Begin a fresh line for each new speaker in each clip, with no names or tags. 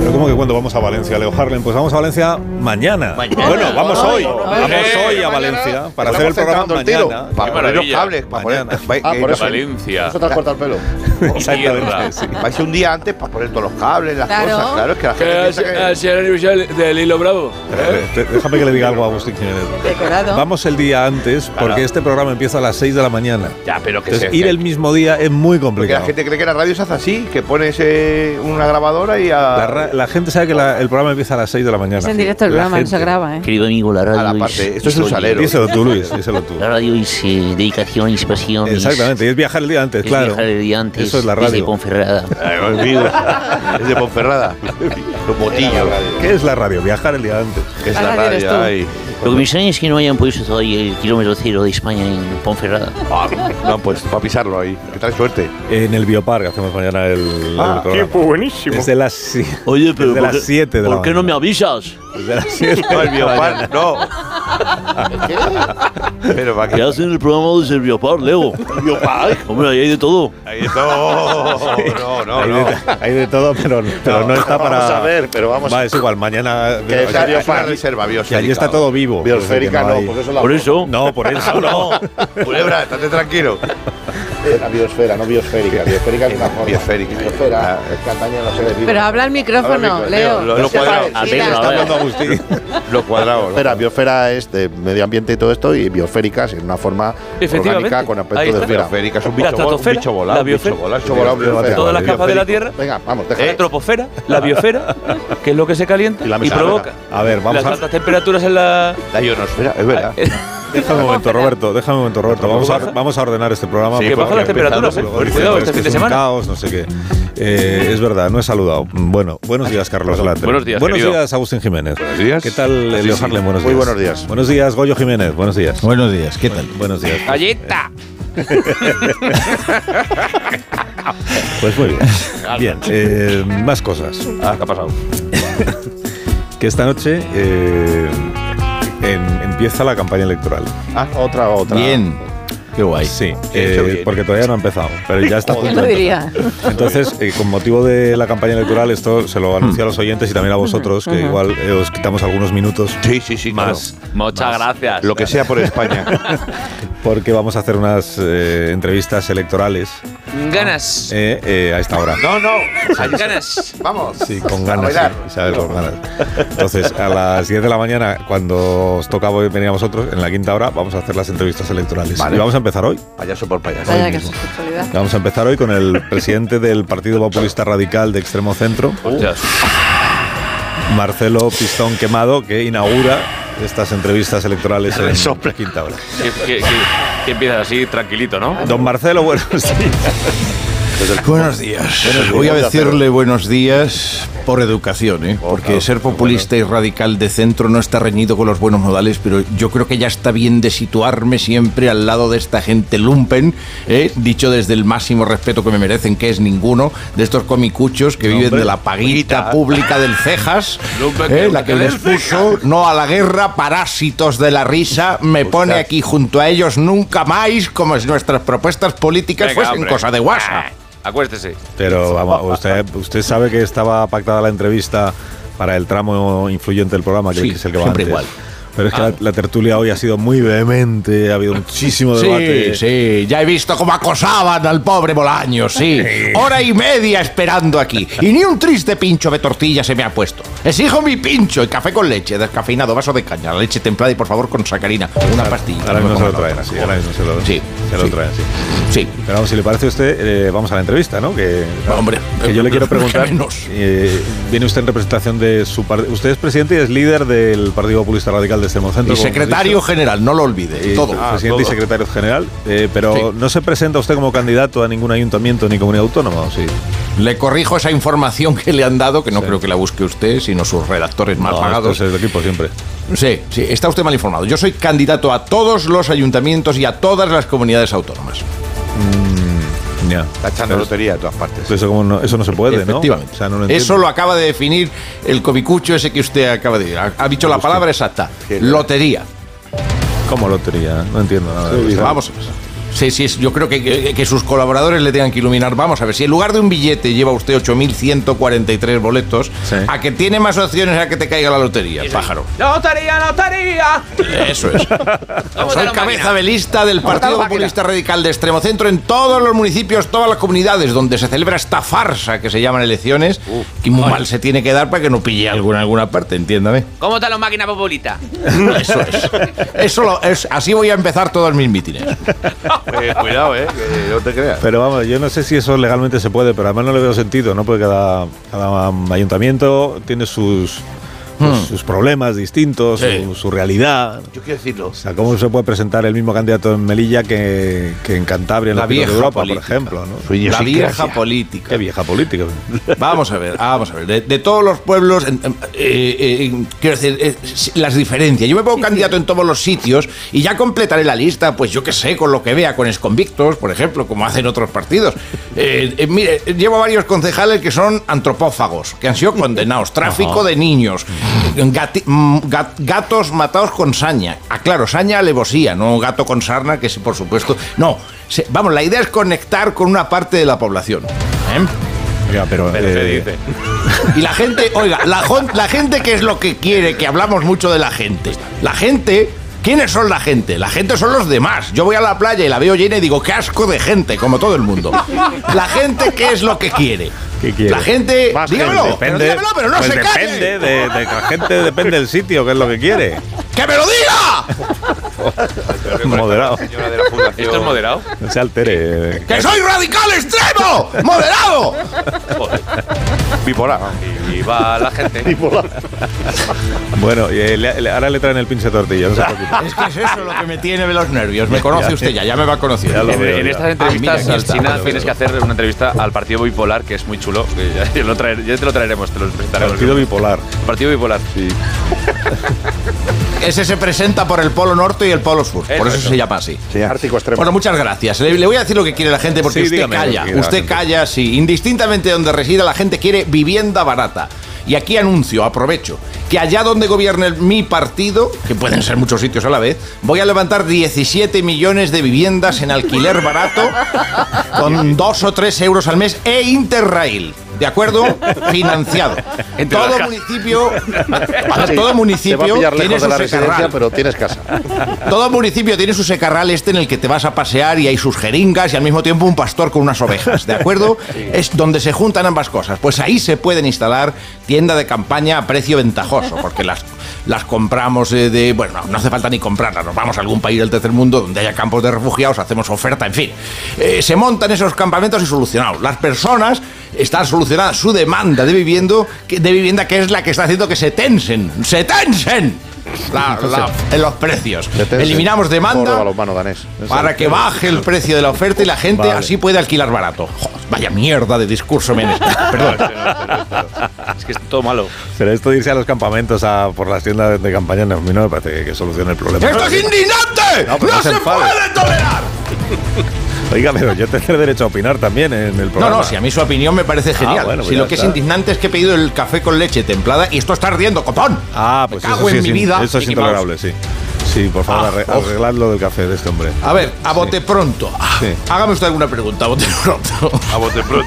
Pero ¿cómo que cuando vamos a Valencia, Leo Harlem? Pues vamos a Valencia mañana.
Mañana.
Bueno, vamos
Ay,
hoy.
ay,
Vamos
ay.
hoy
Eh,
a
Mañana.
Valencia para
Estamos
hacer el programa
sentando el tiro.
mañana.
Pa-
Qué
poner los
maravilla.
cables, pa' poner-
Mañana.
va-
Ah,
eh,
por eso.
Valencia.
Eso te has cortado el pelo.
Exactamente.
Mierda. Vais un día antes para poner todos los cables, las
Claro.
cosas. Claro, es que la gente
Que es,
piensa que.
es el aniversario del Hilo Bravo.
Eh, te- Déjame que le diga algo a Agustín Jiménez.
Decorado.
Vamos el día antes porque
Claro.
este programa empieza a las 6 de la mañana.
Ya, pero que
Entonces,
se-
ir el mismo día es
Porque
muy
la
complicado.
gente cree que la radio se hace así, que pones eh, una grabadora y a.
La, ra- la gente sabe que la- el programa empieza a las 6 de la mañana.
Es en directo el
La
programa, no se
gente.
graba, ¿eh?
Querido amigo, la radio
A la parte, esto es un salero.
Díselo tú, Luis, díselo tú.
La radio es eh, dedicación, inspiración.
Exactamente, y es viajar el día antes,
Es
claro.
viajar el día antes.
Eso es la
Desde
radio.
Ponferrada.
Ay, mira, es de Ponferrada. Los motillos.
¿Qué es la radio? Viajar el día antes.
Es
La
la
radio eres tú.
radio. ay.
Lo que me extraña es que no hayan puesto todavía el kilómetro cero de España en Ponferrada.
Ah, No, pues para pisarlo ahí. Que trae suerte.
En el Biopark hacemos mañana el, el
Ah,
programa.
buenísimo.
Desde las, si-
Oye, pero
desde
¿por qué-
las 7 de la
¿Por qué no me
mañana.
avisas?
Desde las 7
No, el biopar, no. Pero para
Que
que.
hacen el programa desde el Biopar, Leo. ¿Biopar? Hombre, ahí hay de todo.
Ahí está. No, no, no.
hay, de, hay de todo, pero, pero no, está para.
Vamos a ver, pero vamos
Va, es igual, mañana.
Que es
o
Hay-
sea,
hay
Biopar.
una reserva
que allí
biosférica.
está todo vivo. pues,
Biosférica
Porque
no,
hay-
porque eso es la,
Por eso.
No, por eso no.
Ah, No, culebra, estate tranquilo.
es la biosfera, no biosférica. Biosférica es una forma.
Biosférica.
Biosfera es que atañe a los seres vivos.
Pero habla al
Habla
micrófono,
al
Leo,
micrófono,
Leo.
lo- lo
Se
cuadrado.
para,
A
gira.
ver, a ver.
Ah, Hablando Agustín.
Los cuadrados.
Biosfera, biosfera es de medio ambiente y todo esto, y biosférica es una forma
Efectivamente.
orgánica con
Ahí
aspecto
está.
de esfera.
Biosférica, es un
La
bicho, vol- un
estratosfera,
bicho volado.
la
un bicho
biosfera.
volado,
Bicho volado,
biosférica.
biosférica.
Todas las
Bioférico.
capas de la Tierra,
Venga, vamos, déjalo.
la troposfera, la biosfera, que es lo que se calienta
Y la
y
mesosfera.
provoca
A ver, vamos
las
a.
altas temperaturas en la...
La ionosfera, es verdad.
Déjame un momento, Roberto. Déjame un momento, Roberto. Vamos a, vamos a ordenar este programa.
Sí, que
porque
bajan las
empezamos
temperaturas, ¿eh?
luego dicen,
Cuidado,
"No,
este
que
fin de
es un
semana".
caos, no sé qué. Eh, es verdad, no he saludado. Bueno, buenos días, Carlos Latre.
Buenos días,
Buenos
querido.
días, Agustín Jiménez.
Buenos días.
¿Qué tal,
Sí,
Leo
sí.
Harlem? Buenos días.
Muy buenos días.
Buenos días, Goyo Jiménez. Buenos días.
Buenos días, ¿qué tal?
Buenos días.
¡Galleta!
Pues muy bien. Bien, eh, más cosas.
Ah, ¿qué ha pasado?
Que esta noche eh, en- empieza la campaña electoral.
Ah, otra, otra.
Bien, qué guay.
Sí,
hecho
eh,
bien.
porque todavía no ha empezado, pero ya está a punto
¿Quién lo
de empezar.
diría?
Entonces, eh, con motivo de la campaña electoral, esto se lo anuncio a
Mm.
los oyentes y también a vosotros, que igual eh, os quitamos algunos minutos
Sí, sí, sí.
más,
Muchas gracias.
claro. Lo que sea por España.
porque vamos a hacer unas eh, entrevistas electorales
Ganas.
eh, eh, a esta hora.
No, no.
Ganas.
Vamos.
Sí, con
A
ganas,
bailar.
sí, Isabel, con ganas. Entonces, a las 10 de la mañana, cuando os toca venir a vosotros, en la quinta hora, vamos a hacer las entrevistas electorales.
Vale.
Y vamos a empezar hoy.
Payaso por payaso.
Vaya que es casualidad.
Vamos a empezar hoy con el presidente del Partido Populista Radical de Extremo Centro,
Hostias.
Marcelo Pistón Quemado, que inaugura estas entrevistas electorales en
Resopla.
quinta hora.
Que, que- que- que empiezas así, tranquilito, ¿no?
Don Marcelo, buenos días.
Buenos días. Voy a decirle buenos días por educación, ¿eh? porque ser populista y radical de centro no está reñido con los buenos modales, pero yo creo que ya está bien de situarme siempre al lado de esta gente lumpen, ¿eh? dicho desde el máximo respeto que me merecen, que es ninguno, de estos comicuchos que viven
hombre.
de la paguita pública del Cejas,
Lumpen
¿eh?
que-
la que
que
les
del
puso no a la guerra, parásitos de la risa, me pone aquí junto a ellos nunca más, como si nuestras propuestas políticas
Venga,
fuesen
hombre. Ah,
cosa de guasa.
Acuérdese.
Pero vamos, usted, usted sabe que estaba pactada la entrevista para el tramo influyente del programa, que
Sí,
es el que va
siempre
antes.
igual. Ah.
Pero es que la, la tertulia hoy ha sido muy vehemente, ha habido muchísimo debate.
Sí, sí, ya he visto cómo acosaban al pobre Bolaño, sí. Hora y media esperando aquí. Y ni un triste pincho de tortilla se me ha puesto. Exijo mi pincho y café con leche, descafeinado, vaso de caña, leche templada y por favor con sacarina. Una pastilla.
Ahora
no me
mismo se lo
pongan
traen,
otra,
así.
por
Ahora mismo se lo,
Sí,
se lo
sí.
traen, sí.
favor. Sí.
Pero vamos, si le parece a usted, eh, vamos a la entrevista, ¿no? Que,
Hombre,
que yo le quiero preguntar.
que menos.
eh, viene usted en representación de su partido. Usted es presidente y es líder del Partido Populista Radical de Extremo Centro.
Y
como hemos
secretario
dicho.
general, no lo olvide.
Y
Ah, todo.
pre-
Ah,
presidente y
todo.
secretario general. eh, pero
Sí.
no se presenta usted como candidato a ningún ayuntamiento ni comunidad autónoma, ¿o sí?
Le corrijo esa información que le han dado, que no creo que la busque usted, sino sus redactores mal
No,
pagados.
esto es el equipo siempre.
Sí, sí, está usted mal informado. Yo soy candidato a todos los ayuntamientos y a todas las comunidades autónomas.
Mm, Ya.
Está echando lotería de todas partes.
Pero Eso, como no, eso no se puede, ¿no?
Efectivamente.
O sea, no lo entiendo.
Eso lo acaba de definir el comicucho ese que usted acaba de decir. Ha, ha dicho la palabra exacta. Lotería.
¿Cómo lotería? No entiendo nada. de eso.
Vamos. Sí, sí, es- yo creo que, que- que sus colaboradores le tengan que iluminar. Vamos a ver, si en lugar de un billete lleva usted 8.143 boletos,
Sí.
a que tiene más opciones a que te caiga la lotería, pájaro.
¡Lotería, lotería!
Eso es. Soy cabeza de lista del Partido
máquina.
Populista Radical de Extremo Centro en todos los municipios, todas las comunidades donde se celebra esta farsa que se llaman elecciones, que muy mal se tiene que dar para que no pille alguna en alguna parte, entiéndame.
¿Cómo están los máquinas populistas?
Eso es. Eso lo- es- así voy a empezar todos mis mítines.
Eh, cuidado, eh, que no te creas.
Pero vamos, yo no sé si eso legalmente se puede, pero además no le veo sentido, ¿no? Porque cada, cada ayuntamiento tiene sus, pues,
Hmm.
sus problemas distintos, su, su realidad.
Yo quiero decirlo.
O sea, ¿cómo se puede presentar el mismo candidato en Melilla que, que en Cantabria, en
La
los Pinos de
vieja
Europa,
política.
por ejemplo? ¿no?
La vieja
Idiosincrasia.
política.
Qué vieja política.
Vamos a ver, ah, vamos a ver. De, de todos los pueblos, en- en- eh, eh, quiero decir, eh, si- las diferencias. Yo me pongo candidato en todos los sitios y ya completaré la lista, pues yo qué sé, con lo que vea, con exconvictos, por ejemplo, como hacen otros partidos. Eh, eh, mire, llevo varios concejales que son antropófagos, que han sido condenados. Tráfico de niños, gati- mm, gat- gatos matados con saña. Ah, claro, saña alevosía, no gato con sarna, que sí, por supuesto. No, se- vamos, la idea es conectar con una parte de la población. ¿eh?
Oiga, pero,
Pero, ¿qué
eh,
dice?
Y la gente, oiga, la, jon- la gente que es lo que quiere, que hablamos mucho de la gente. La gente, ¿quiénes son la gente? La gente son los demás. Yo voy a la playa y la veo llena y digo, qué asco de gente, como todo el mundo. La gente, ¿qué es lo que quiere?
¿Qué quiere?
La gente,
Más
dígamelo,
gente,
pero dígamelo, pero no
pues
se calle.
depende de, de la gente, depende del sitio, que es lo que quiere.
¡Que me lo diga!
Moderado.
Señora de la fundación.
¿Esto es moderado?
No se altere. eh,
¡Que soy radical extremo! ¡Moderado!
Bipolar.
Y va la gente.
Bueno, y, eh, le- le- ahora le traen el pinche tortilla, no se preocupe.
Es que es eso lo que me tiene de los nervios. Me conoce usted ya, ya me va
Ya
conociendo.
lo
En,
veo,
en
ya.
estas
Ah,
entrevistas,
mira,
al
aquí está.
final tienes que hacer una entrevista al partido bipolar, que es muy chulo. que ya, te lo traer- ya te lo traeremos, te lo presentaremos.
Partido bipolar.
Partido bipolar.
Ese se presenta por el polo norte y el polo sur. Por eso
Eso.
se llama así.
Ártico extremo.
Bueno, muchas gracias. Le, le voy a decir lo que quiere la gente porque
Sí,
usted
dígame lo que
calla.
quiera la
Usted
gente.
calla, sí. Indistintamente de donde resida, la gente quiere vivienda barata. Y aquí anuncio, aprovecho, que allá donde gobierne el- mi partido, que pueden ser muchos sitios a la vez, voy a levantar 17 millones de viviendas en alquiler barato con 2 o 3 euros al mes e Interrail. ¿De acuerdo? Financiado. En
Entre
todo
las casas.
municipio, a ver, todo
Te va a
municipio
pillar
tiene
lejos de
su
la
secarral.
residencia, pero tienes casa.
Todo municipio tiene su secarral este en el que te vas a pasear y hay sus jeringas y al mismo tiempo un pastor con unas ovejas, ¿de acuerdo? Es donde se juntan ambas cosas. Pues ahí se pueden instalar tienda de campaña a precio ventajoso, porque las, las compramos eh, de... Bueno, no, no hace falta ni comprarlas, nos vamos a algún país del tercer mundo donde haya campos de refugiados, hacemos oferta, en fin. Eh, se montan esos campamentos y solucionados. Las personas están solucionadas su demanda de, viviendo, que- de vivienda que es la que está haciendo que se tensen, se tensen. La- la- en los precios.
Detense.
Eliminamos
Córdoba,
demanda
balonmano danés.
para que baje el precio de la oferta y la gente
Vale.
así puede alquilar barato. Jo, vaya mierda de discurso, menes. Perdón.
Es que es todo malo.
Pero esto de irse a los campamentos a, por las tiendas de campaña, no, a mí no me parece que, que solucione el problema.
¡Esto es indignante! ¡No,
No, pero no se
se
enfade.
puede tolerar!
Oiga, pero yo tendré derecho a opinar también en el
No,
programa.
no, si a mí su opinión me parece genial.
bueno, pues
si
ya
lo que es
está.
indignante es que he pedido el café con leche templada y esto está ardiendo, copón.
Ah, pues
me
eso
cago
sí
en
es
mi
in-
vida.
Eso es
Mickey Mouse.
intolerable, sí. Sí, por favor,
Ah,
arre-
ojo.
arreglad lo del café de este hombre.
A ver, a bote Ah. pronto.
Sí.
Hágame usted alguna pregunta, a bote pronto.
A bote pronto.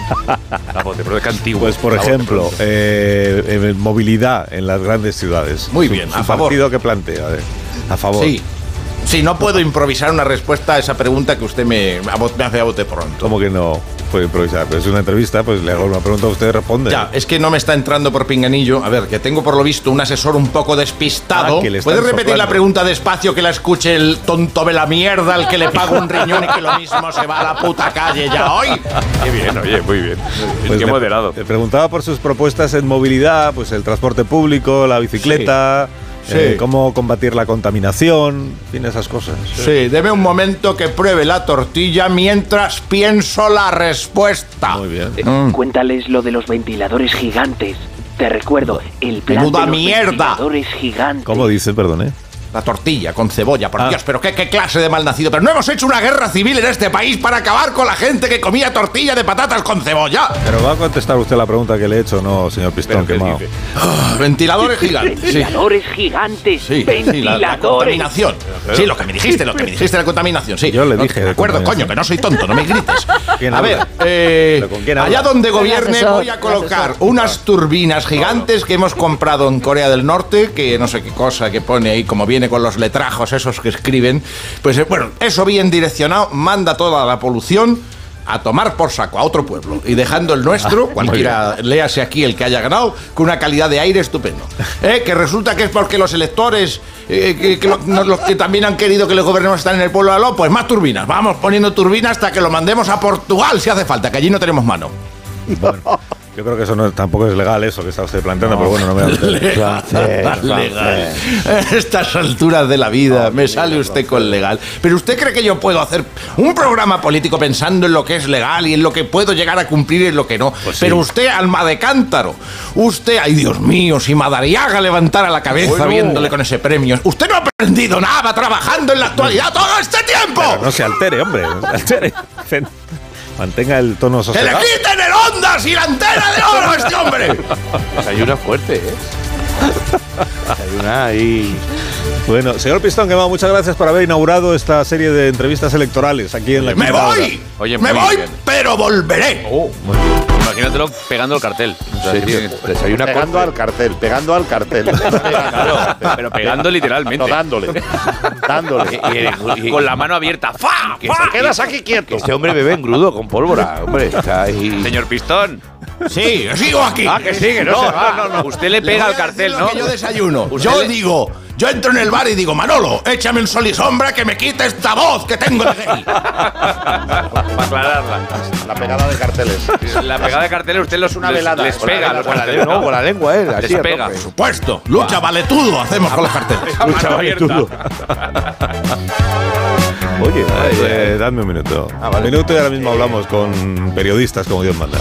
A bote pronto, que antiguo.
Pues, por
A bote
ejemplo,
pronto.
eh, eh, movilidad en las grandes ciudades.
Muy
Su-
bien,
su
a favor.
partido que plantea. A, ver, a favor.
Sí. Sí, no puedo improvisar una respuesta a esa pregunta que usted me, a bo- me hace a bote pronto.
¿Cómo que no puede improvisar? Pero es una entrevista, pues le hago una pregunta a usted y responde.
Ya, es que no me está entrando por pinganillo. A ver, que tengo por lo visto un asesor un poco despistado.
Ah, que le están
¿Puedes repetir
soplando.
la pregunta despacio que la escuche el tonto de la mierda al que le pago un riñón y que lo mismo se va a la puta calle ya hoy?
Qué bien, oye, muy bien.
Pues
Qué
le-
moderado.
Le preguntaba por sus propuestas en movilidad, pues el transporte público, la bicicleta,
Sí.
eh, cómo combatir la contaminación, en fin, esas cosas.
Sí, deme un momento que pruebe la tortilla mientras pienso la respuesta. Mm.
Muy bien.
Eh, Cuéntales lo de los ventiladores gigantes. Te recuerdo, el plan
Menuda
de los
mierda.
ventiladores gigantes.
¿Cómo dice? Perdón, ¿eh?
La tortilla con cebolla, por
Ah.
Dios, pero qué, qué clase de malnacido. Pero no hemos hecho una guerra civil en este país para acabar con la gente que comía tortilla de patatas con cebolla.
Pero va a contestar usted la pregunta que le he hecho, ¿no, señor Pistón? Quemado.
Ah, Ventiladores gigantes. Sí.
Ventiladores gigantes.
Sí, sí, la, la
ventiladores.
contaminación. Sí, lo que me dijiste, lo que me dijiste de la contaminación, sí.
Yo le
No,
dije
De
de
acuerdo, coño,
contaminación.
que no soy tonto, no me grites.
¿Quién
A
habla?
ver, eh,
¿Pero con quién habla?
allá donde
El
gobierne
asesor,
voy a
el
colocar
asesor.
unas turbinas gigantes que hemos comprado en Corea del Norte, que no sé qué cosa que pone ahí, como viene con los letrajos esos que escriben. Pues eh, bueno, eso bien direccionado manda toda la polución a tomar por saco a otro pueblo y dejando el nuestro, cualquiera, léase aquí el que haya ganado, con una calidad de aire estupendo. Eh, Que resulta que es porque los electores, eh, que, que lo- no, los que también han querido que los gobernemos están en el pueblo de Aló, pues más turbinas, vamos poniendo turbinas hasta que lo mandemos a Portugal si hace falta, que allí no tenemos mano.
Yo creo que eso no, tampoco es legal, eso que está usted planteando, pero bueno, no me da
Legal. A estas alturas de la vida me sale usted con legal. Pero usted cree que yo puedo hacer un programa político pensando en lo que es legal y en lo que puedo llegar a cumplir y en lo que no. Pero usted, alma de cántaro, usted, ay Dios mío, si Madariaga levantara la cabeza viéndole con ese premio. Usted no ha aprendido nada trabajando en la actualidad todo este tiempo.
Pero no se altere, hombre. No se altere. Mantenga el tono
¡Que le
sosegado.
quiten el ondas y la antena de oro a este hombre!
Desayuna fuerte, ¿eh? Desayuna ahí.
Bueno, señor Pistón Quemado, muchas gracias por haber inaugurado esta serie de entrevistas electorales aquí en la
¡Me
Quinta Hora.
voy!
Oye,
¡Me
muy
voy,
bien.
pero volveré!
Oh,
Imagínatelo pegando el cartel. O sea,
Sí,
tiene-
sí.
desayuna
Pegando
corte.
al cartel, pegando al cartel.
Claro, pero pegando
No,
literalmente.
dándole. Dándole.
Y el- y-
Con la mano abierta. ¡Fa!
que
¡Fa!
se quedas aquí quieto. Este hombre bebe engrudo con pólvora, hombre. Está ahí.
Señor Pistón.
Sí, sigo aquí.
Ah, que sigue, no, se va, no, no.
Usted le
Le
pega
voy
al
a decir
cartel,
lo
¿no?
que yo desayuno.
Usted
Yo
le-
digo, yo entro en el bar y digo, Manolo, échame un sol y sombra que me quite esta voz que tengo de gay".
Para aclararla.
La pegada de carteles.
La pegada de carteles usted los,
Una
les-
velada.
les
Con la
pega.
velada,
los
con la
carteles,
No, con la lengua, ¿eh? Así,
Les
a
pega.
tope.
Supuesto, lucha valetudo hacemos con los carteles.
Mano abierta.
Oye,
Ah,
Eh, dame un minuto. Un minuto y ahora mismo hablamos con periodistas como Dios manda.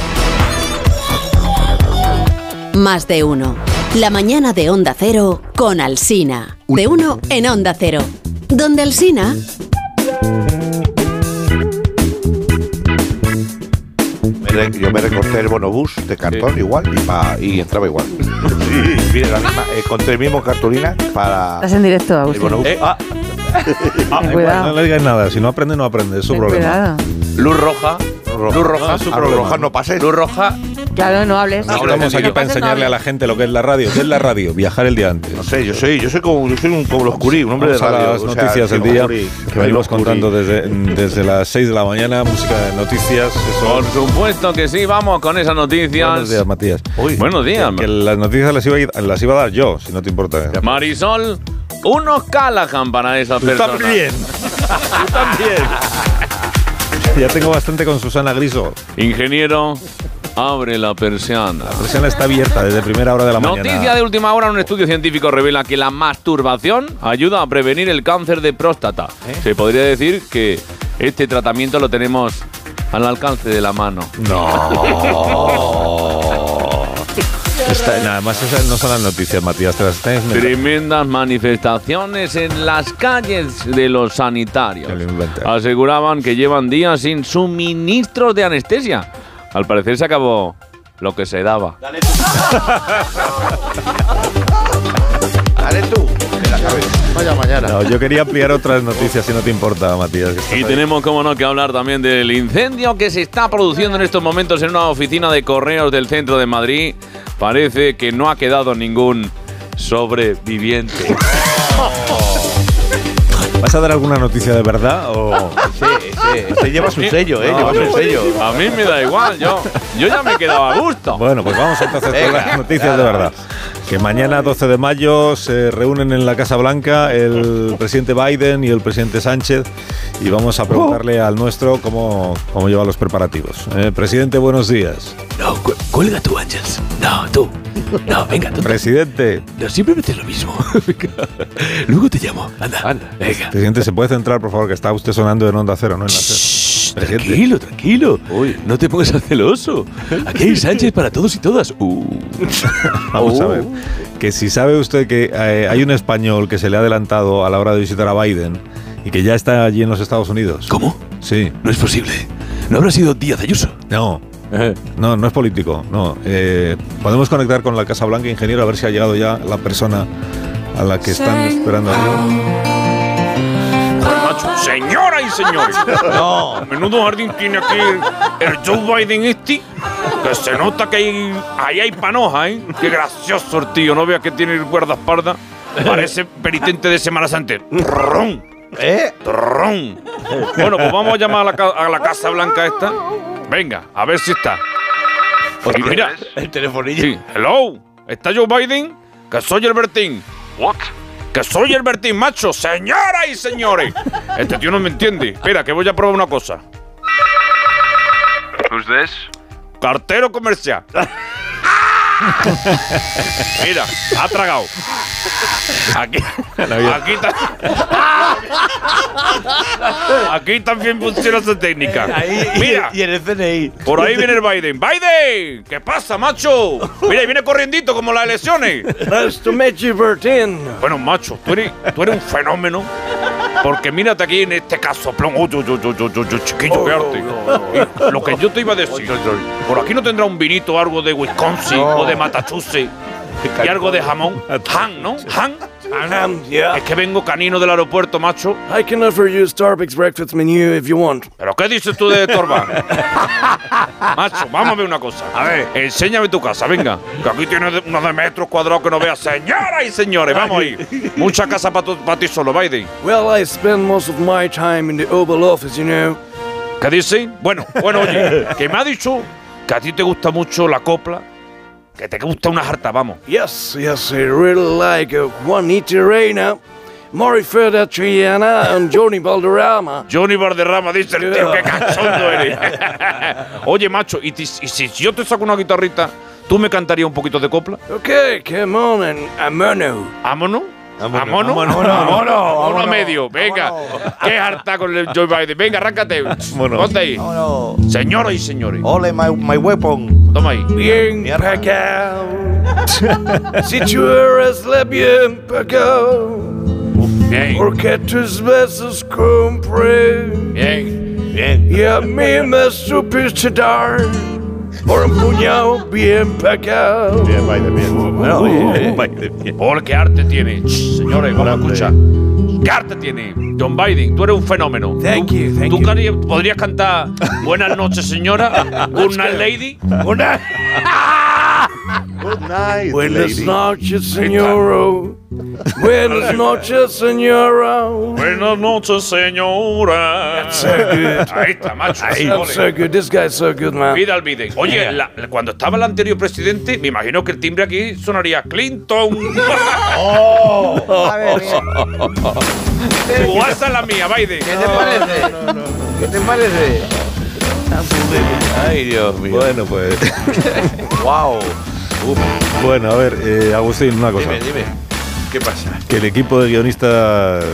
Más de uno. La mañana de Onda Cero con Alsina. De uno en Onda Cero. Donde Alsina.
Me re- Yo me recorté el bonobús de cartón igual y, pa- y entraba igual. Sí, mire, la misma, eh, con tres mismos cartulinas para
Estás en directo,
el
Agustín.
bonobús.
Eh,
Ah,
Ah,
eh,
Ten
igual,
cuidado.
no le digas nada, si no aprende no aprende, es su
Ten
problema.
cuidado.
Luz roja. Luz roja.
a
su
lo
problema.
mejor no pases.
Luz roja.
Claro, no hables.
No,
Ahora Estamos
no,
aquí
no,
para enseñarle a la gente lo que es la radio. ¿Qué es la radio? Viajar el día antes.
No sé, yo soy, yo soy como, yo soy un como los curí, un hombre
Vamos
de radio.
a las
o sea,
noticias del
como
día
Curie,
que venimos
los Curie.
contando desde, desde las 6 de la mañana, música de noticias. Eso.
Por supuesto que sí, vamos con esas
Buenos
Ah,
noticias.
días, Matías.
Buenos días.
Que las noticias las iba, a, ir- las iba a dar yo, si no te importa.
Marisol, unos Callahan para esas personas.
Tú también. Ya tengo bastante con Susana Griso.
Ingeniero, abre la persiana.
La presión está abierta desde primera hora de la mañana.
Noticia de última hora, un estudio científico revela que la masturbación ayuda a prevenir el cáncer de próstata.
¿Eh?
Se podría decir que este tratamiento lo tenemos al alcance de la mano.
Está- nada más esas no son las noticias, Matías. Te las estás inventando.
Tremendas manifestaciones en las calles de los sanitarios.
Se lo inventaron.
Aseguraban que llevan días sin suministros de anestesia. Al parecer se acabó lo que se daba.
Dale tú, que la cabeza. Vaya mañana.
No, yo quería ampliar otras noticias, si no te importa, Matías. que
Y
estás-
tenemos, como no, que hablar también del incendio que se está produciendo en estos momentos en una oficina de correos del centro de Madrid. Parece que no ha quedado ningún sobreviviente.
¿Vas a dar alguna noticia de verdad? O...
Sí, sí. Este lleva su sello, ¿eh?
No,
lleva su sello.
A mí me da igual, yo, yo ya me he quedado a gusto.
Bueno, pues vamos entonces con las noticias de verdad. que mañana 12 de mayo se reúnen en la Casa Blanca el presidente Biden y el presidente Sánchez y vamos a preguntarle al nuestro cómo, cómo lleva los preparativos. Eh, presidente, buenos días.
No, cu- cuelga tú, Ángels. No, tú. No, venga, tú.
Presidente,
No, siempre me haces lo mismo. Venga. Luego te llamo. Anda, venga.
presidente, ¿se puede centrar, por favor, que está usted sonando en Onda Cero, no en la cero?
Tranquilo, tranquilo. No te pongas a celoso. Aquí hay Sánchez para todos y todas. Uh.
Vamos a ver. Que si sabe usted que eh, hay un español que se le ha adelantado a la hora de visitar a Biden y que ya está allí en los Estados Unidos.
¿Cómo?
Sí.
No es posible. ¿No habrá sido Díaz Ayuso?
No. No, no es político, no. Eh, podemos conectar con la Casa Blanca, ingeniero, a ver si ha llegado ya la persona a la que están esperando.
Señoras y señores, menudo jardín tiene aquí el Joe Biden este, que se nota que hay, ahí hay panoja, ¿eh? Qué gracioso el tío, no veas que tiene cuerdas pardas, parece penitente de Semana Santa. ¡Torrón! ¿Eh? ¡Torrón! Bueno, pues vamos a llamar a la, ca- a la Casa Blanca esta. Venga, a ver si está. Y mira,
El telefonillo.
Sí. Hello, ¿está Joe Biden? Que soy el Bertín. What? Que soy el Bertín, macho. Señoras y señores. Este tío no me entiende. Espera, que voy a probar una cosa.
¿Ustedes?
Cartero comercial. Mira, ha tragado. Aquí, aquí, ta- aquí también funciona esa técnica. Mira,
Y en el CNI.
por ahí viene el Biden. ¡Biden! ¿Qué pasa, macho? Mira, y viene corriendito como las elecciones.
Nice to meet you, Bertin.
Bueno, macho, tú eres, tú eres un fenómeno. Porque mírate aquí en este caso, plom. Uy, uy, uy, uy, uy, uy, uy, chiquillo, qué
Oh,
arte. Y Lo que yo te iba a decir, por aquí no tendrá un vinito o algo de Wisconsin
No.
o de Massachusetts y algo de jamón. Ham, ¿no? Ham.
Ham, yeah.
Es que vengo canino del aeropuerto, macho.
I can offer you Starbucks breakfast menu if you want.
¿Pero qué dices tú de estorbar? Macho, vamos a ver una cosa. A ver. Enséñame tu casa, venga. Que aquí tienes de- unos de metros cuadrados que no veas. Señoras y señores, vamos ahí. Mucha casa para ti solo, Biden.
Well, I spend most of my time in the Oval Office, you know.
¿Qué dice? Bueno, bueno, oye, que me ha dicho que a ti te gusta mucho la copla, que te gusta una jarta, vamos.
Yes, yes, I really like uh, Juanita Reina, Marifera Triana, and Johnny Balderrama.
Johnny Valderrama dice el tío, qué cachondo eres. oye, macho, ¿y, ti- y si yo te saco una guitarrita, tú me cantarías un poquito de copla?
Okay, come on and amono.
Amono?
Amono.
Amono,
Amono,
amono,
amono,
amono a
amono.
medio, venga. Qué harta con el Joe Biden. Venga, arráncate. Ponte ahí. Señoras y señores.
Ole, my, my weapon.
Toma ahí.
Bien, Si tú eres la bien pagado,
Bien.
porque tus besos compré.
Bien,
bien. Y a mí me supiste dar por un puñado bien pagado.
Bien, Biden, bien.
Bueno,
eh,
oye, Paul, qué Uh. arte tiene. Ch, Señores, vamos a escuchar. ¿Qué arte tiene? John Biden, tú eres un fenómeno.
Thank
tú,
you, thank
tú
you.
cari- podrías cantar Buenas noches, señora. Good night, lady.
Una-
Good night,
Buenas
lady.
noches, señor. Buenas noches, señor.
Buenas noches, señora.
so good.
Ahí está, macho.
I'm
Ole.
so good. This guy's so good, man.
Vida al Biden. Oye, la- la- cuando estaba el anterior presidente, me imagino que el timbre aquí sonaría Clinton.
Oh.
Tu asa es la mía, Biden.
¿Qué te parece? ¿Qué te parece?
Ay, Dios mío.
Bueno, pues.
Wow.
Bueno, a ver, eh, Agustín, una cosa.
Dime, dime. ¿Qué pasa?
Que el equipo de guionistas.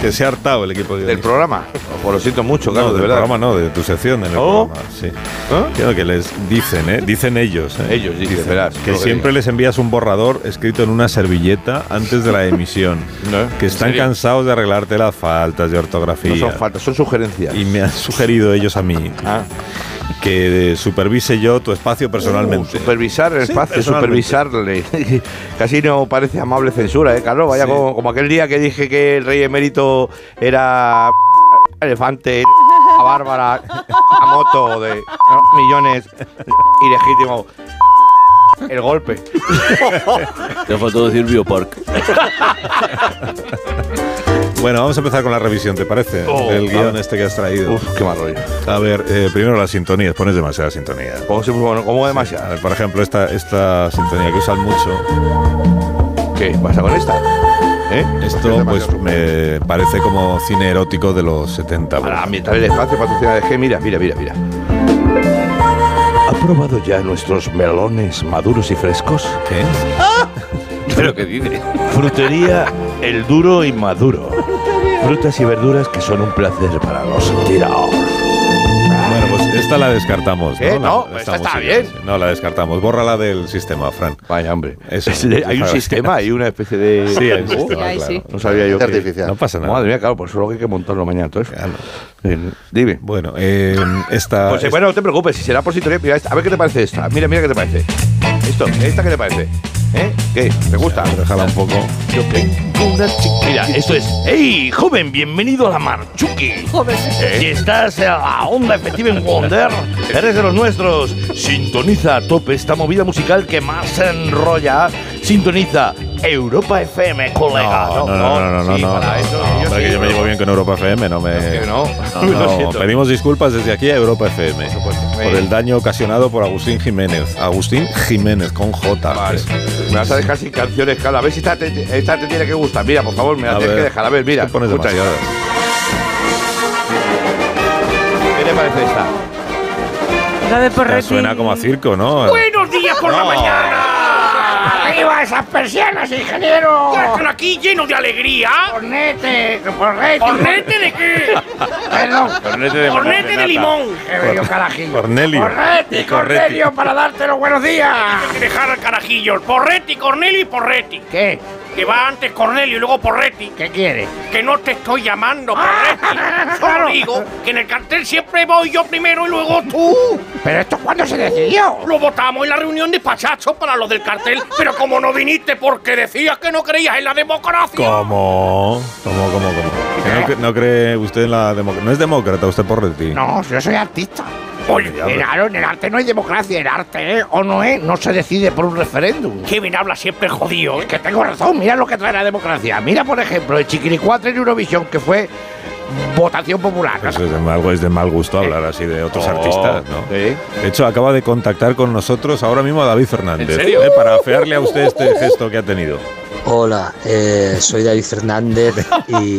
Que se ha hartado el equipo de
Del
guionistas. Oh,
programa. Pues lo siento mucho,
No,
claro, de
del
verdad.
programa no, de tu sección en el
¿Oh?
programa, sí.
¿Ah?
Creo que les dicen, ¿eh? Dicen ellos. ¿eh?
Ellos dicen, verás,
Que
lo que
siempre les envías un borrador escrito en una servilleta antes de la emisión.
No.
Que están
serio?
cansados de arreglarte las faltas de ortografía.
No son faltas, son sugerencias.
y me han sugerido ellos a mí
Ah.
que supervise yo tu espacio personalmente.
Uh, Supervisar el
Sí,
espacio,
personalmente.
supervisarle. Casi no parece amable censura, ¿eh, Carlos? Vaya,
Sí.
como, como aquel día que dije que el rey emérito era elefante, a Bárbara, a moto de millones ilegítimo. El golpe.
Te ha faltado decir Biopark.
Bueno, vamos a empezar con la revisión, ¿te parece?
Oh,
Del
claro.
guión este que has traído. Uf,
qué mal rollo.
A ver, eh, primero las sintonías, pones demasiada sintonía.
¿Cómo, demasiada?
a ver, por ejemplo, esta, esta sintonía que usan mucho.
¿Qué pasa con esta? ¿Eh?
Esto pues me parece como cine erótico de los pues. 70.
Para ambientar el espacio, patrocinar el G. Mira, mira, mira, mira.
¿Ha probado ya nuestros melones maduros y frescos?
¿Qué?
¿Pero qué dice? Frutería El Duro y Maduro. Frutas y verduras que son un placer para los tiraos.
Bueno, pues esta la descartamos.
¿Qué? No,
La-
esta
la estamos
está
siguiendo, sí. No, la descartamos. Bórrala del sistema, Fran.
Vaya, hombre.
Hay un sistema,
hay una especie de.
Sí, hay un
Oh,
sistema,
ay,
claro.
sí. No sabía yo. que-
Artificial. No pasa nada.
Madre mía, claro, por eso lo que hay que montarlo mañana, todo eso. Eh, Dime.
Bueno, eh, esta.
Pues eh, bueno, no te preocupes, si será por sintonía, mira esta. A ver qué te parece esta. Mira, mira qué te parece. Esto, ¿esta qué te parece? ¿Eh? ¿Qué? ¿Te gusta?
Déjala un poco.
Mira, esto es. ¡Hey, joven! Bienvenido a la Marchuki. Si estás
eh,
en la onda efectiva en Wonder, eres de los nuestros. Sintoniza a tope esta movida musical que más enrolla. Sintoniza Europa FM, colega.
No, no, no, no, no,
sí,
no,
para
no,
eso,
no,
yo
hombre,
sí,
que yo me
pero-
llevo bien con Europa FM, no me.
no.
No,
Lo
no,
siento.
pedimos disculpas desde aquí a Europa FM por el daño ocasionado por Agustín Jiménez. Agustín Jiménez con J.
Me vas a dejar sin canciones, claro. A ver si esta te, esta te tiene que gustar. Mira, por favor, me la
A
tienes
ver.
que dejar. A ver, mira.
Te pones
escucha.
demasiado.
¿Qué te parece esta?
La de
Ya Suena como a circo, ¿no?
Buenos días por la mañana. Arriba esas persianas, ingeniero. Ya están aquí lleno de alegría. Cornete, cornete. ¿Cornete de qué? Perdón.
Cornete de
cornete
marinata.
de limón. Qué bello
Cor-
carajillo.
Cornelio.
Cornete y
Y Corretti.
Cornelio para darte los buenos días. Hay que dejar al carajillo. Porretti, Cornelio y Porretti. ¿Qué? Que va antes Cornelio y luego Porretti. ¿Qué Ah, quiere? Que no te estoy llamando Porretti. Solo digo que en el cartel siempre voy yo primero y luego tú.
¿Pero esto cuándo se decidió?
Lo votamos en la reunión de Pachacho para los del cartel, pero como no viniste porque decías que no creías en la democracia.
¿Cómo? ¿Cómo, cómo, cómo? Que no, cre- no cree usted en la democracia? ¿No es demócrata usted por ti?
No, yo soy artista. Oye, en el ar- en el arte no hay democracia, en el arte, ¿eh? O no es, no se decide por un referéndum.
Kevin habla siempre jodido. ¿eh?
Que tengo razón, mira lo que trae la democracia. Mira, por ejemplo, el Chiquiricuatre en Eurovisión, que fue votación popular.
Eso es de mal, es de mal gusto hablar así de otros
Oh,
artistas, ¿no? De hecho, acaba de contactar con nosotros ahora mismo a David Fernández.
¿En serio?
eh, Para afearle a usted este gesto que ha tenido.
Hola, eh, soy David Fernández y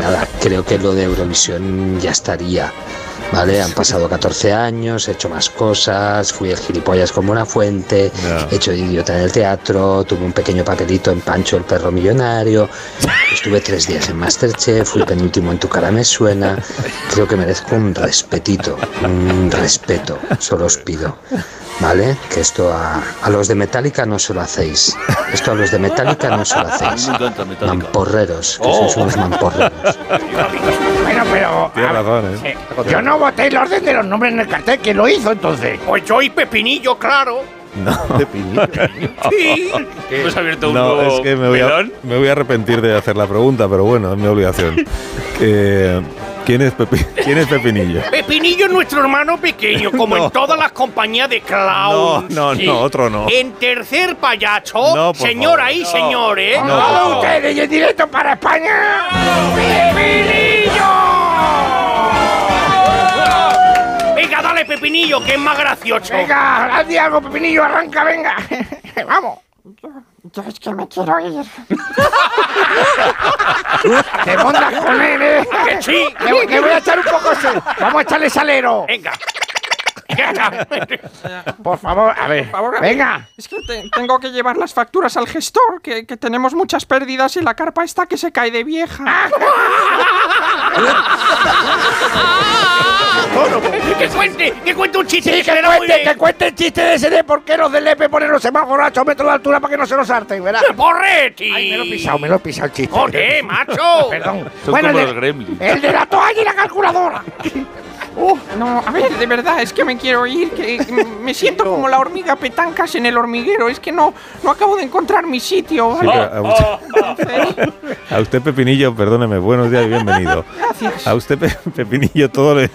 nada, creo que lo de Eurovisión ya estaría. ¿Vale? Han pasado 14 años, he hecho más cosas, fui el gilipollas como una fuente, he hecho de idiota en el teatro, tuve un pequeño papelito en Pancho el perro millonario, estuve tres días en Masterchef, fui penúltimo en Tu cara me suena, creo que merezco un respetito, un respeto, solo os pido. ¿Vale? Que esto a, a los de Metallica no se lo hacéis. Esto a los de Metallica no se lo hacéis.
Me encanta Metallica.
Mamporreros, que
Oh.
sois unos mamporreros.
Bueno, pero
Tiene razón,
eh, yo no voté el orden de los nombres en el cartel, ¿quién lo hizo entonces?
Pues yo y Pepinillo, claro.
No.
Sí.
Hemos abierto un
No,
nuevo
es que me voy, a,
melón.
me voy a arrepentir de hacer la pregunta, pero bueno, es mi obligación. Eh, ¿quién, es Pepi- ¿Quién es Pepinillo?
Pepinillo es nuestro hermano pequeño, como en todas las compañías de clowns.
No, no, no,
Sí.
otro no.
En tercer payacho,
No, por
señora
favor.
y señores.
No, por favor.
ustedes y en directo para España!
Venga, dale, Pepinillo, que es más gracioso.
Venga, haz algo, Pepinillo, arranca, venga. eh, Vamos.
Yo es que me quiero ir.
Te montas con él, ¿eh?
Que sí.
Le, voy- le voy a echar un poco de sal. Vamos a echarle salero.
Venga.
Por favor, a ver. Venga.
Es que te- tengo que llevar las facturas al gestor, que, que tenemos muchas pérdidas y la carpa está que se cae de
Ah,
vieja.
que cuente, que cuente un chiste.
Sí, que
será muy
cuente,
bien.
que cuente el chiste de ese de por qué los del EPE ponen los semáforos a 8 metros de altura para que no se los salten, ¿verdad?
¡Porreti!
Ay, me lo he pisado, me lo he pisado el chiste.
¡Joder, macho!
Perdón.
Son como
el,
los gremlins.
el de la toalla y la calculadora.
Uh, no, a ver, de verdad, es que me quiero ir, que mm, me siento como la hormiga petancas en el hormiguero, es que no, no acabo de encontrar mi sitio.
Sí,
¿vale?
pero a, usted, a usted, Pepinillo, perdóneme, buenos días y bienvenido.
Gracias.
A usted, Pe- Pepinillo, todo le,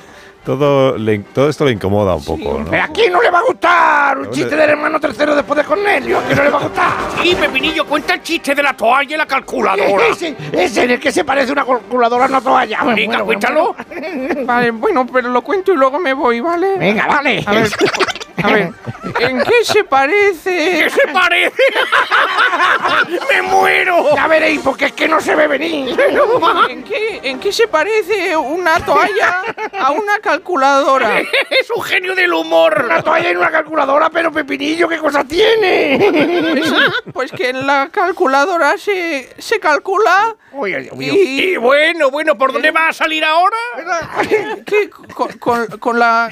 todo, le- todo esto le incomoda un poco, ¿no?
Pero aquí no le va a gustar un
Pero
chiste
le-
del hermano tercero después de Cornelio. Aquí no le va a gustar.
Sí, Pepinillo, cuenta el chiste de la toalla y la calculadora.
Ese, ese en el que se parece una calculadora no toalla. Me muero,
Venga,
me
cuéntalo.
Vale, bueno, pero lo cuento y luego me voy, ¿vale?
Venga, vale.
A ver, a ver, ¿en qué se parece?
¿Qué se parece?
¡Me muero! Ya veréis, porque es que no se ve venir.
¿En qué, ¿En qué se parece una toalla a una calculadora?
Es un genio del humor.
Una toalla en una calculadora, pero Pepinillo, ¿qué cosa tiene?
Pues, pues que en la calculadora se, se calcula.
Y bueno, bueno, ¿por dónde va a salir ahora?
que ¿Eh? con, con- con la,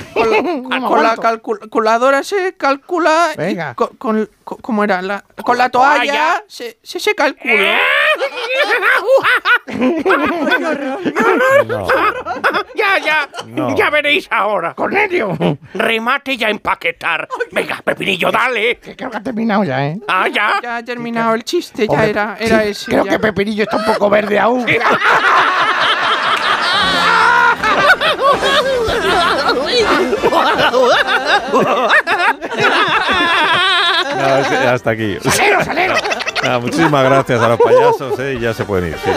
con la, con la calcul- calculadora se calcula. y
Venga.
Con, con- con- ¿Cómo era? La- con la toalla,
toalla.
Se, se, se calcula.
Ah, ya, ya,
No.
ya veréis ahora.
Cornelio.
Remate y a empaquetar. Venga, Pepinillo, dale.
Creo que ha terminado ya, ¿eh?
Ah, ya.
Ya ha terminado el chiste, ya
Hombre,
era, era
sí,
ese.
Creo
ya.
que Pepinillo está un poco verde aún.
No, es- hasta aquí.
¡Salero, salero!
Nada, muchísimas gracias a los payasos, ¿eh? Y ya se pueden ir. sí.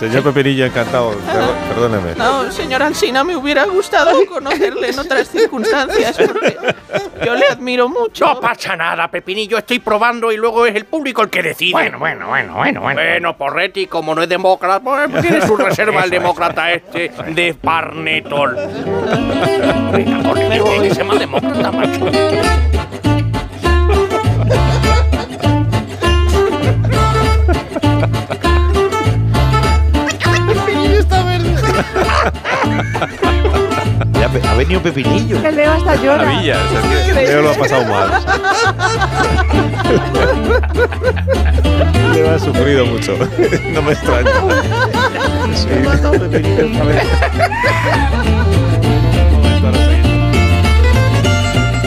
Señor Pepinillo, encantado. per- Perdóneme.
No, señor Alsina, me hubiera gustado conocerle en otras circunstancias. porque Yo le admiro mucho.
No pasa nada, Pepinillo. Estoy probando y luego es el público el que decide.
Bueno, bueno, bueno, bueno, bueno.
Bueno, Porretti, como no es demócrata, pues tiene su reserva el
Eso es.
demócrata este de Parnetol. Venga, Cornelio, tiene que ser más demócrata, macho.
Pepinillo está verde.
Ya, pe- ha venido Pepinillo.
El Leo hasta llora.
Maravillas, es que Leo lo ha pasado mal. Leo ha sufrido mucho. No me extraña.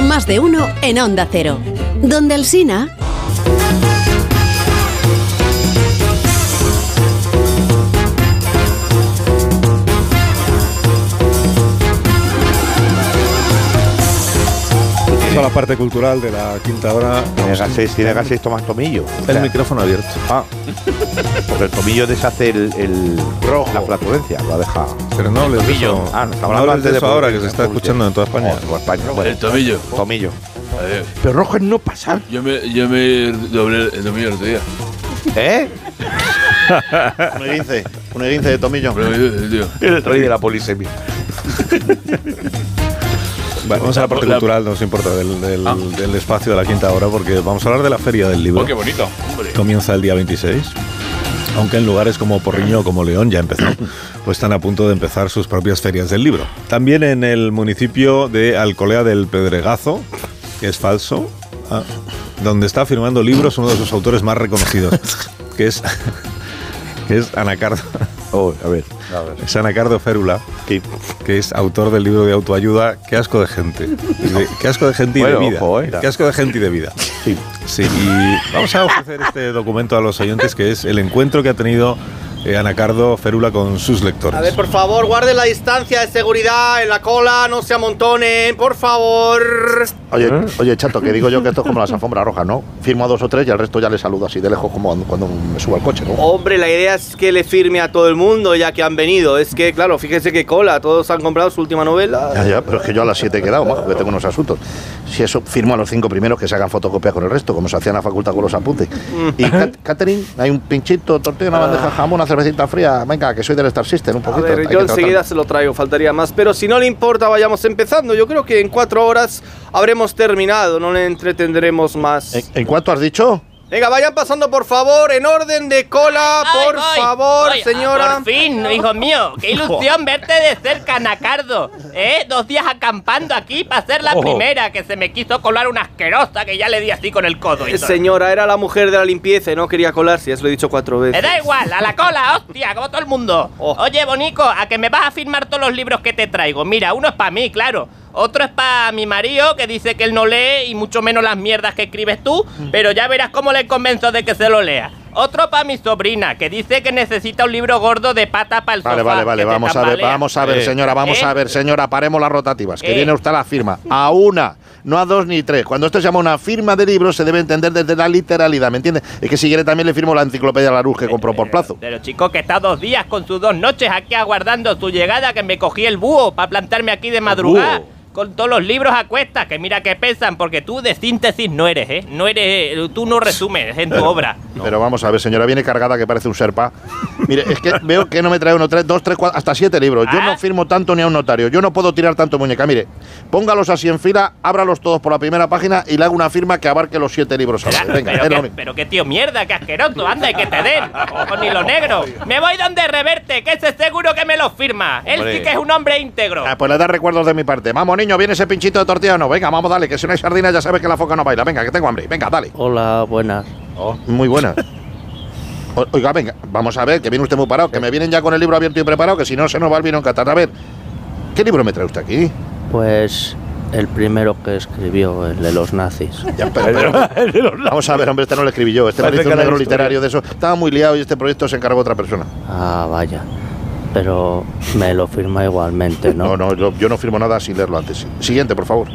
Más de uno en Onda Cero. Donde Alsina.
Toda la parte cultural de la quinta hora.
Tiene gases, tiene gases Tomás Tomillo.
El micrófono abierto.
Ah. Porque el tomillo deshace el, el rojo. La flatulencia, lo deja.
Pero no hables de eso.
Ah, no, está
No
hablando
hables de
antes
eso ahora, que
publicidad,
se
publicidad.
está escuchando en toda España.
Oh, en España, bueno.
El tomillo.
Tomillo.
Adiós.
Pero rojo es no pasar.
Yo me, yo me doblé el tomillo el otro día.
¿Eh?
Un esguince, un esguince de tomillo.
El rey de la polisemia.
Vale, vamos a la parte
La-
cultural, no nos importa, del, del- del espacio de la quinta hora, porque vamos a hablar de la Feria del Libro.
Ah. Oh, qué bonito. Hombre.
Comienza el día 26. Aunque en lugares como Porriño o como León ya empezó, pues están a punto de empezar sus propias ferias del libro. También en el municipio de Alcolea del Pedregazo, que es falso, ah, donde está firmando libros uno de sus autores más reconocidos, que es, que es Anacardo. oh,
a ver.
Es Anacardo Férula, que es autor del libro de autoayuda Qué asco de gente. De- Qué asco de gente y de
Bueno,
vida.
ojo, eh.
Qué asco de gente y de vida. Sí. y vamos a ofrecer este documento a los oyentes que es el encuentro que ha tenido eh, Anacardo Férula con sus
A
lectores.
ver, por favor, guarden la distancia de seguridad en la cola, no se amontonen, por favor.
Oye, oye, chato, que digo yo que esto es como las alfombras rojas, ¿no? Firmo a dos o tres y al resto ya le saludo así de lejos como cuando me subo al coche, ¿no?
Hombre, la idea es que le firme a todo el mundo ya que han venido. Es que, claro, fíjese que cola, todos han comprado su última novela.
Ya, ya, pero es que yo a las 7 he quedado, majo, que tengo unos asuntos. Si eso, firmo a los cinco primeros que se hagan fotocopias con el resto, como se hacía en la facultad con los apuntes.
Mm.
Y Cat- Catherine, hay un pinchito, tortilla, una bandeja de jamón, una cervecita fría. Venga, que soy del Star System, un
Ah. A
poquito. hay
ver,
que
yo
tratar.
enseguida se lo traigo, faltaría más. Pero si no le importa, vayamos empezando. Yo creo que en cuatro horas habremos terminado, no le entretendremos más.
Eh.
¿En, en cuánto has dicho?
Venga, vayan pasando por favor, en orden de cola, por favor,
voy. Ah,
señora.
Por fin, hijo mío. Qué ilusión verte de cerca, Nacardo. ¿Eh? Dos días acampando aquí para ser la
Ojo.
primera que se me quiso colar una asquerosa que ya le di así con el codo. y
Eh,
todo.
Señora, era la mujer de la limpieza y no quería colarse, ya se lo he dicho cuatro
Me
veces.
Eh, da igual, a la cola, hostia, como todo el mundo.
Oh.
Oye, Bonico, a que me vas a firmar todos los libros que te traigo. Mira, uno es para mí, claro. Otro es para mi marido, que dice
Mm.
que él no lee y mucho menos las mierdas que escribes tú, pero ya verás cómo le convenzo de que se lo lea. Otro para mi sobrina, que dice que necesita un libro gordo de pata para el
Vale,
sofá.
vale, vale,
que te
vamos a ver,
tambalea.
vamos a ver,
Eh.
señora, vamos
¿Eh?
a ver, señora, paremos las rotativas, que
Eh.
viene usted a la firma, a una, no a dos ni tres. Cuando esto se llama una firma de libros se debe entender desde la literalidad, ¿me entiende? Es que si quiere también le firmo la enciclopedia Larus que compró por plazo.
Pero chico, que está dos días con sus dos noches aquí aguardando su llegada, que me cogí el búho para plantarme aquí de madrugada. Con todos los libros a cuestas, que mira que pesan, porque tú de síntesis no eres, ¿eh? No eres, eh, tú no resumes en tu obra.
Pero vamos a ver, señora, viene cargada que parece un serpa. Mire, es que veo que no me trae uno, tres, dos, tres, cuatro, hasta siete libros. Yo
Ah.
no firmo tanto ni a un notario. Yo no puedo tirar tanto muñeca. Mire, póngalos así en fila, ábralos todos por la primera página y le hago una firma que abarque los siete libros. a la vez. Venga, es
pero,
lo
qué,
único.
pero qué tío mierda, qué asqueroso, anda y que te den. Con hilo negro. Me voy donde reverte, que ese seguro que me lo firma. Él sí
Hombre.
que es un hombre íntegro.
Ah, pues le da recuerdos de mi parte. Vamos, niño, viene ese pinchito de tortilla o no. Venga, vamos, dale, que si no hay sardinas ya sabes que la foca no baila. Venga, que tengo hambre. Venga, dale. Oh,
Hola, buenas.
Muy buena. O- Oiga, venga, vamos a ver, que viene usted muy parado, que me vienen ya con el libro abierto y preparado, que si no se nos va el vino en Qatar. A ver, ¿qué libro me trae usted aquí?
Pues el primero que escribió, el de los nazis.
Ya, pero- pero- vamos a ver, hombre, este no lo escribí yo. Este
Parece
parece un
que la
negro
historia.
literario de eso. Estaba muy liado y este proyecto se encargó otra persona.
Ah, vaya. Pero me lo firma igualmente, ¿no?
No, no, yo, yo no firmo nada sin leerlo antes. Siguiente, por favor.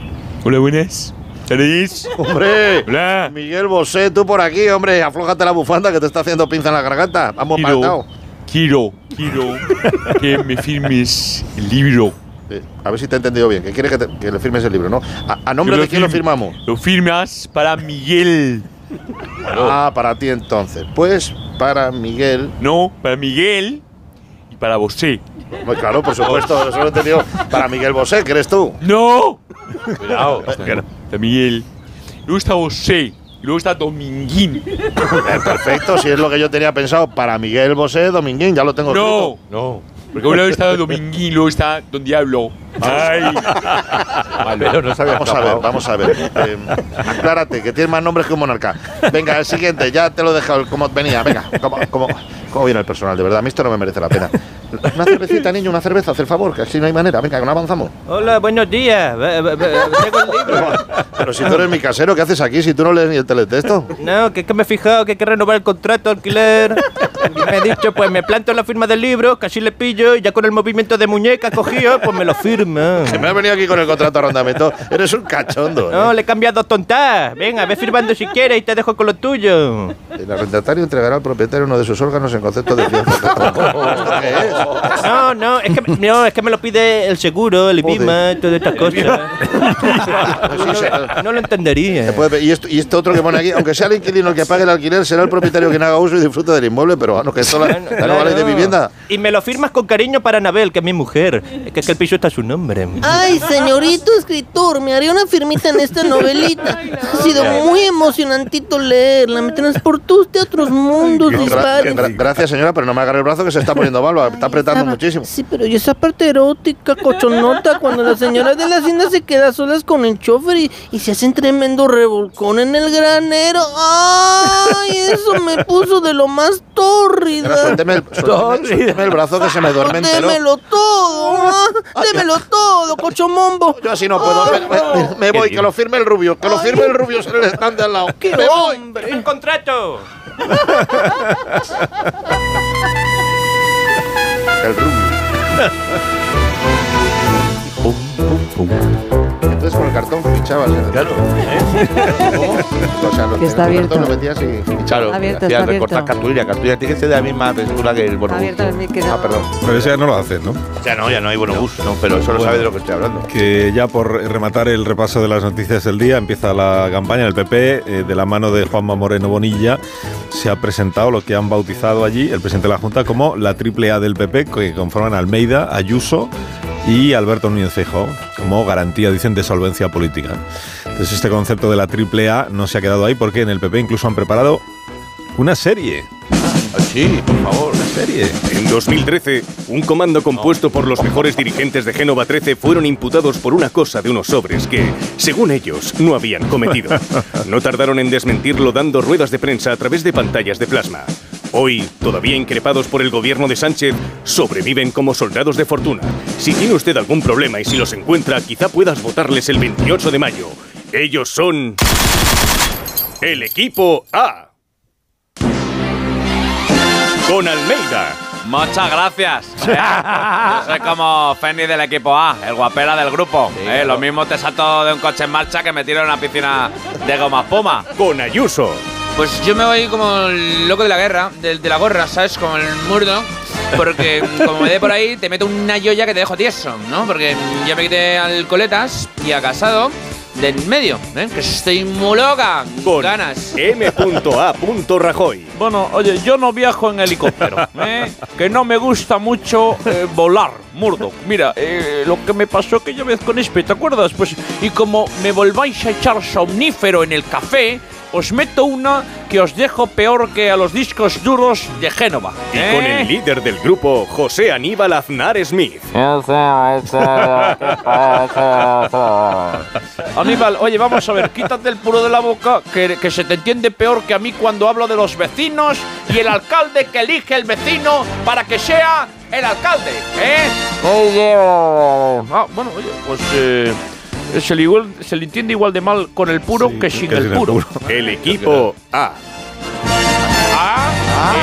Hola, buenas. ¿Tenéis?
¡Hombre! Miguel Bosé, tú por aquí, hombre, aflójate la bufanda que te está haciendo pinza en la garganta. Vamos para
Quiero, quiero, quiero que me firmes el libro.
a ver si te he entendido bien. Que quieres que, te- que le firmes el libro, ¿no? ¿A, a nombre
Yo
de quién lo
firm-
firmamos?
Lo firmas para Miguel.
Ah, para ti entonces. Pues para Miguel.
No, para Miguel y para Bosé.
claro, por supuesto, eso lo he entendido. Para Miguel Bosé, que eres tú.
¡No! Cuidado. Está Miguel. Luego está Bosé. Y luego está Dominguín.
Eh, Perfecto, si es lo que yo tenía pensado. Para Miguel Bosé, Dominguín, ya lo tengo
No,
escrito.
no. Porque un lado está Dominguín, luego está Don Diablo. ¡Ay!
Pero no sabía vamos a ver, vamos a ver. Eh, aclárate, que tienes más nombres que un monarca. Venga, el siguiente, ya te lo he dejado como venía. Venga, como, como, como viene el personal, de verdad. A mí esto no me merece la pena. Una cervecita, niño, una cerveza, haz el favor, que así no hay manera. Venga, que no avanzamos.
Hola, buenos días.
Pero si tú eres mi casero, ¿qué haces aquí si tú no lees ni el teletexto?
No, que es que me he fijado que hay que renovar el contrato de alquiler. Y me he dicho, pues me planto en la firma del libro, que así le pillo, y ya con el movimiento de muñeca cogido, pues me lo firma.
Que me has venido aquí con el contrato de arrendamiento. Eres un cachondo. ¿eh?
No, le he cambiado dos tontas. Venga, ve firmando si quieres y te dejo con lo tuyo.
El arrendatario entregará al propietario uno de sus órganos en concepto de fianza.
No, no, es que, no, es que me lo pide el seguro, el IBIMA, y todas estas cosas. No lo entendería.
Eh, y, esto, y esto otro que pone aquí, aunque sea el inquilino el que pague el alquiler, será el propietario quien haga uso y disfrute del inmueble, pero bueno, que esto la, la nueva ley de
Claro.
vivienda.
Y me lo firmas con cariño para Anabel, que es mi mujer. Es que, es que el piso está a su nombre.
Ay, señorito escritor, me haré una firmita en esta novelita. Ha sido muy emocionantito leerla. Me transportó usted a otros mundos
Gra-
dispares.
gra- gracias señora, pero no me agarre el brazo que se está poniendo malo, está apretando
estaba-
muchísimo.
Sí, pero y esa parte erótica, cochonota, cuando la señora de la hacienda se queda solas con el chofer y, y se hacen tremendo revolcón en el granero. ¡Ay, eso me puso de lo más
Señora,
tórrida!
suélteme, el, suélteme- suélteme el brazo que se me duerme entero.
¡Démelo todo! ah, ¡Démelo todo, cochomombo!
Yo así no puedo. Me, me- me voy, que lo firme el rubio, que lo firme el rubio en el stand de al lado.
¡Qué
Me voy.
hombre!
¡Un contrato!
El Entonces con el cartón ¿eh? fichabas. Claro.
O sea, los
Que está
teléfonos
abierto.
los
metías y-
Claro,
Está abierto,
y
está
al recortar
abierto.
cartulina, cartulina tiene que ser de la misma textura que el bonobús.
Abierto el micro.
Ah, perdón.
Pero eso ya no lo hacen, ¿no?
Ya no, ya no hay bonobús, no, pero eso lo
Bueno.
sabe de lo que estoy hablando.
Que ya por rematar el repaso de las noticias del día, empieza la campaña del PP eh, de la mano de Juanma Moreno Bonilla. Se ha presentado lo que han bautizado allí el presidente de la Junta como la triple A del PP, que conforman Almeida, Ayuso y Alberto Núñez Feijóo, como garantía, dicen, de solvencia política. Entonces este concepto de la triple A no se ha quedado ahí porque en el PP incluso han preparado una serie.
Ah, Sí, por favor, la serie. En 2013, un comando compuesto por los mejores dirigentes de Génova 13 fueron imputados por una cosa de unos sobres que, según ellos, no habían cometido. No tardaron en desmentirlo dando ruedas de prensa a través de pantallas de plasma. Hoy, todavía increpados por el gobierno de Sánchez, sobreviven como soldados de fortuna. Si tiene usted algún problema y si los encuentra, quizá puedas votarles el 28 de mayo. Ellos son... El equipo A. con Almeida.
Muchas gracias. ¿eh? Yo soy como Feni del equipo A, el guapera del grupo. ¿eh? Lo mismo te salto de un coche en marcha que me tiro en una piscina de goma espuma.
Con Ayuso.
Pues yo me voy como el loco de la guerra, de, de la gorra, ¿sabes? Como el murdo. Porque como me dé por ahí, te meto una yoya que te dejo tieso, ¿no? Porque ya me quité al coletas y a casado del medio, ¿eh? Que estoy muy loca. Con ganas.
M.A. Rajoy.
Bueno, oye, yo no viajo en helicóptero, ¿eh? que no me gusta mucho eh, volar, Murdo. Mira, eh, lo que me pasó aquella vez con Espe, ¿te acuerdas? Pues, y como me volváis a echar somnífero en el café, os meto una que os dejo peor que a los discos duros de Génova. ¿eh?
Y con el líder del grupo, José Aníbal Aznar Smith.
Aníbal, oye, vamos a ver, quítate el puro de la boca, que, que se te entiende peor que a mí cuando hablo de los vecinos y el alcalde que elige el vecino para que sea el alcalde, ¿eh? Ah, bueno, oye, pues eh, se, le igual- se le entiende igual de mal con el puro que sin el puro. Ah,
El equipo A.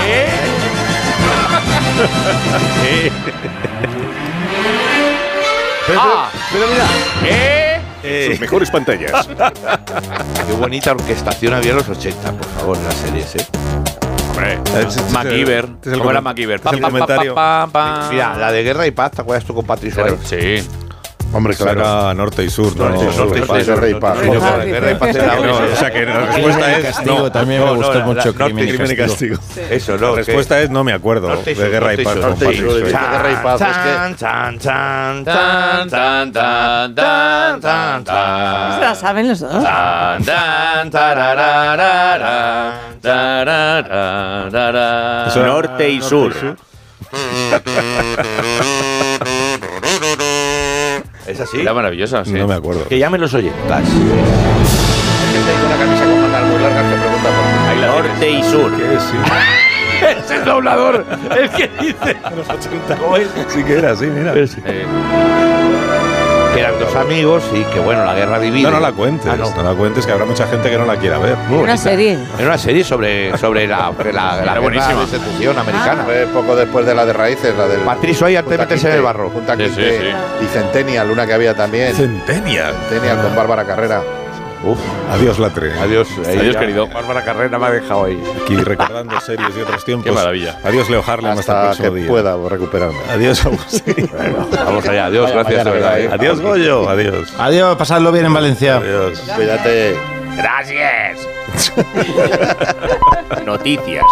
E, ¿Eh?
Ah,
pero mira. ¿Eh?
Sus mejores pantallas.
Qué bonita orquestación había en los 80, por favor, en las series, ¿eh?
Hombre,
este
MacGyver. ¿Cómo era MacGyver? Pam, pam, pam, pam, pam.
Mira, la de Guerra y Paz, ¿te acuerdas tú con Patrick Swayze?
Sí.
Hombre, claro. Era norte y sur, ¿no?
Norte y sur, norte y sur.
Guerra y paz.
Norte y sur. Norte y sur. Guerra y paz era
No,
bueno.
O sea que la
Crimen
respuesta
y
es.
castigo,
no.
también me
No, no,
gustó
la-
mucho
la-
crimen y
Crimen y
castigo.
castigo.
Sí. Eso, no,
La respuesta es no me acuerdo.
Norte y
De
sur,
guerra y
norte y
paz.
sur,
con
norte y sur,
Patrick
de
Swayze.
Guerra y Paz, es que-
Tan, tan, tan,
tan, tan, tan, tan, tan,
¿Se la saben los dos?
Tan, tan, tarararara, tarararara.
Eso era norte y sur.
¿Es así?
Era maravillosa, sí. No me
acuerdo.
Que llamen los oyentas. Gente con una camisa con patas muy largas que pregunta por
Norte y sur.
es el doblador el que dice.
los 80.
Pues, Sí que era, sí, mira.
Pues, eh, Que eran dos amigos y que, bueno, la guerra divide.
No, no la cuentes. no. la cuentes, que habrá mucha gente que no la quiera ver.
Muy bonita.
serie.
Era una serie sobre, sobre la, sobre la, la
Era
guerra
buenísima.
de secesión americana.
Fue eh, poco después de la de raíces, la del.
Patricio Soy antes de
Punta
meterse en el
Quinte,
barro.
Punta
Sí, sí,
Quinte
sí.
y Centennial, una que había también.
Centennial.
Centennial con Bárbara Carrera.
Uf. Adiós, Latre.
Adiós.
Adiós,
ya,
querido.
Bárbara Carrera me ha dejado ahí.
Aquí recordando series de otros tiempos.
Qué maravilla.
Adiós, Leo Harlem. Hasta,
Hasta
el próximo
que
día.
pueda recuperarme.
Adiós, Agustín.
Vamos allá. Adiós,
Vaya,
gracias,
vaya,
de verdad,
vaya.
¿eh?
Adiós, Goyo. Adiós.
Adiós, pasadlo bien en Valencia.
Adiós.
Cuídate.
Gracias. Noticias.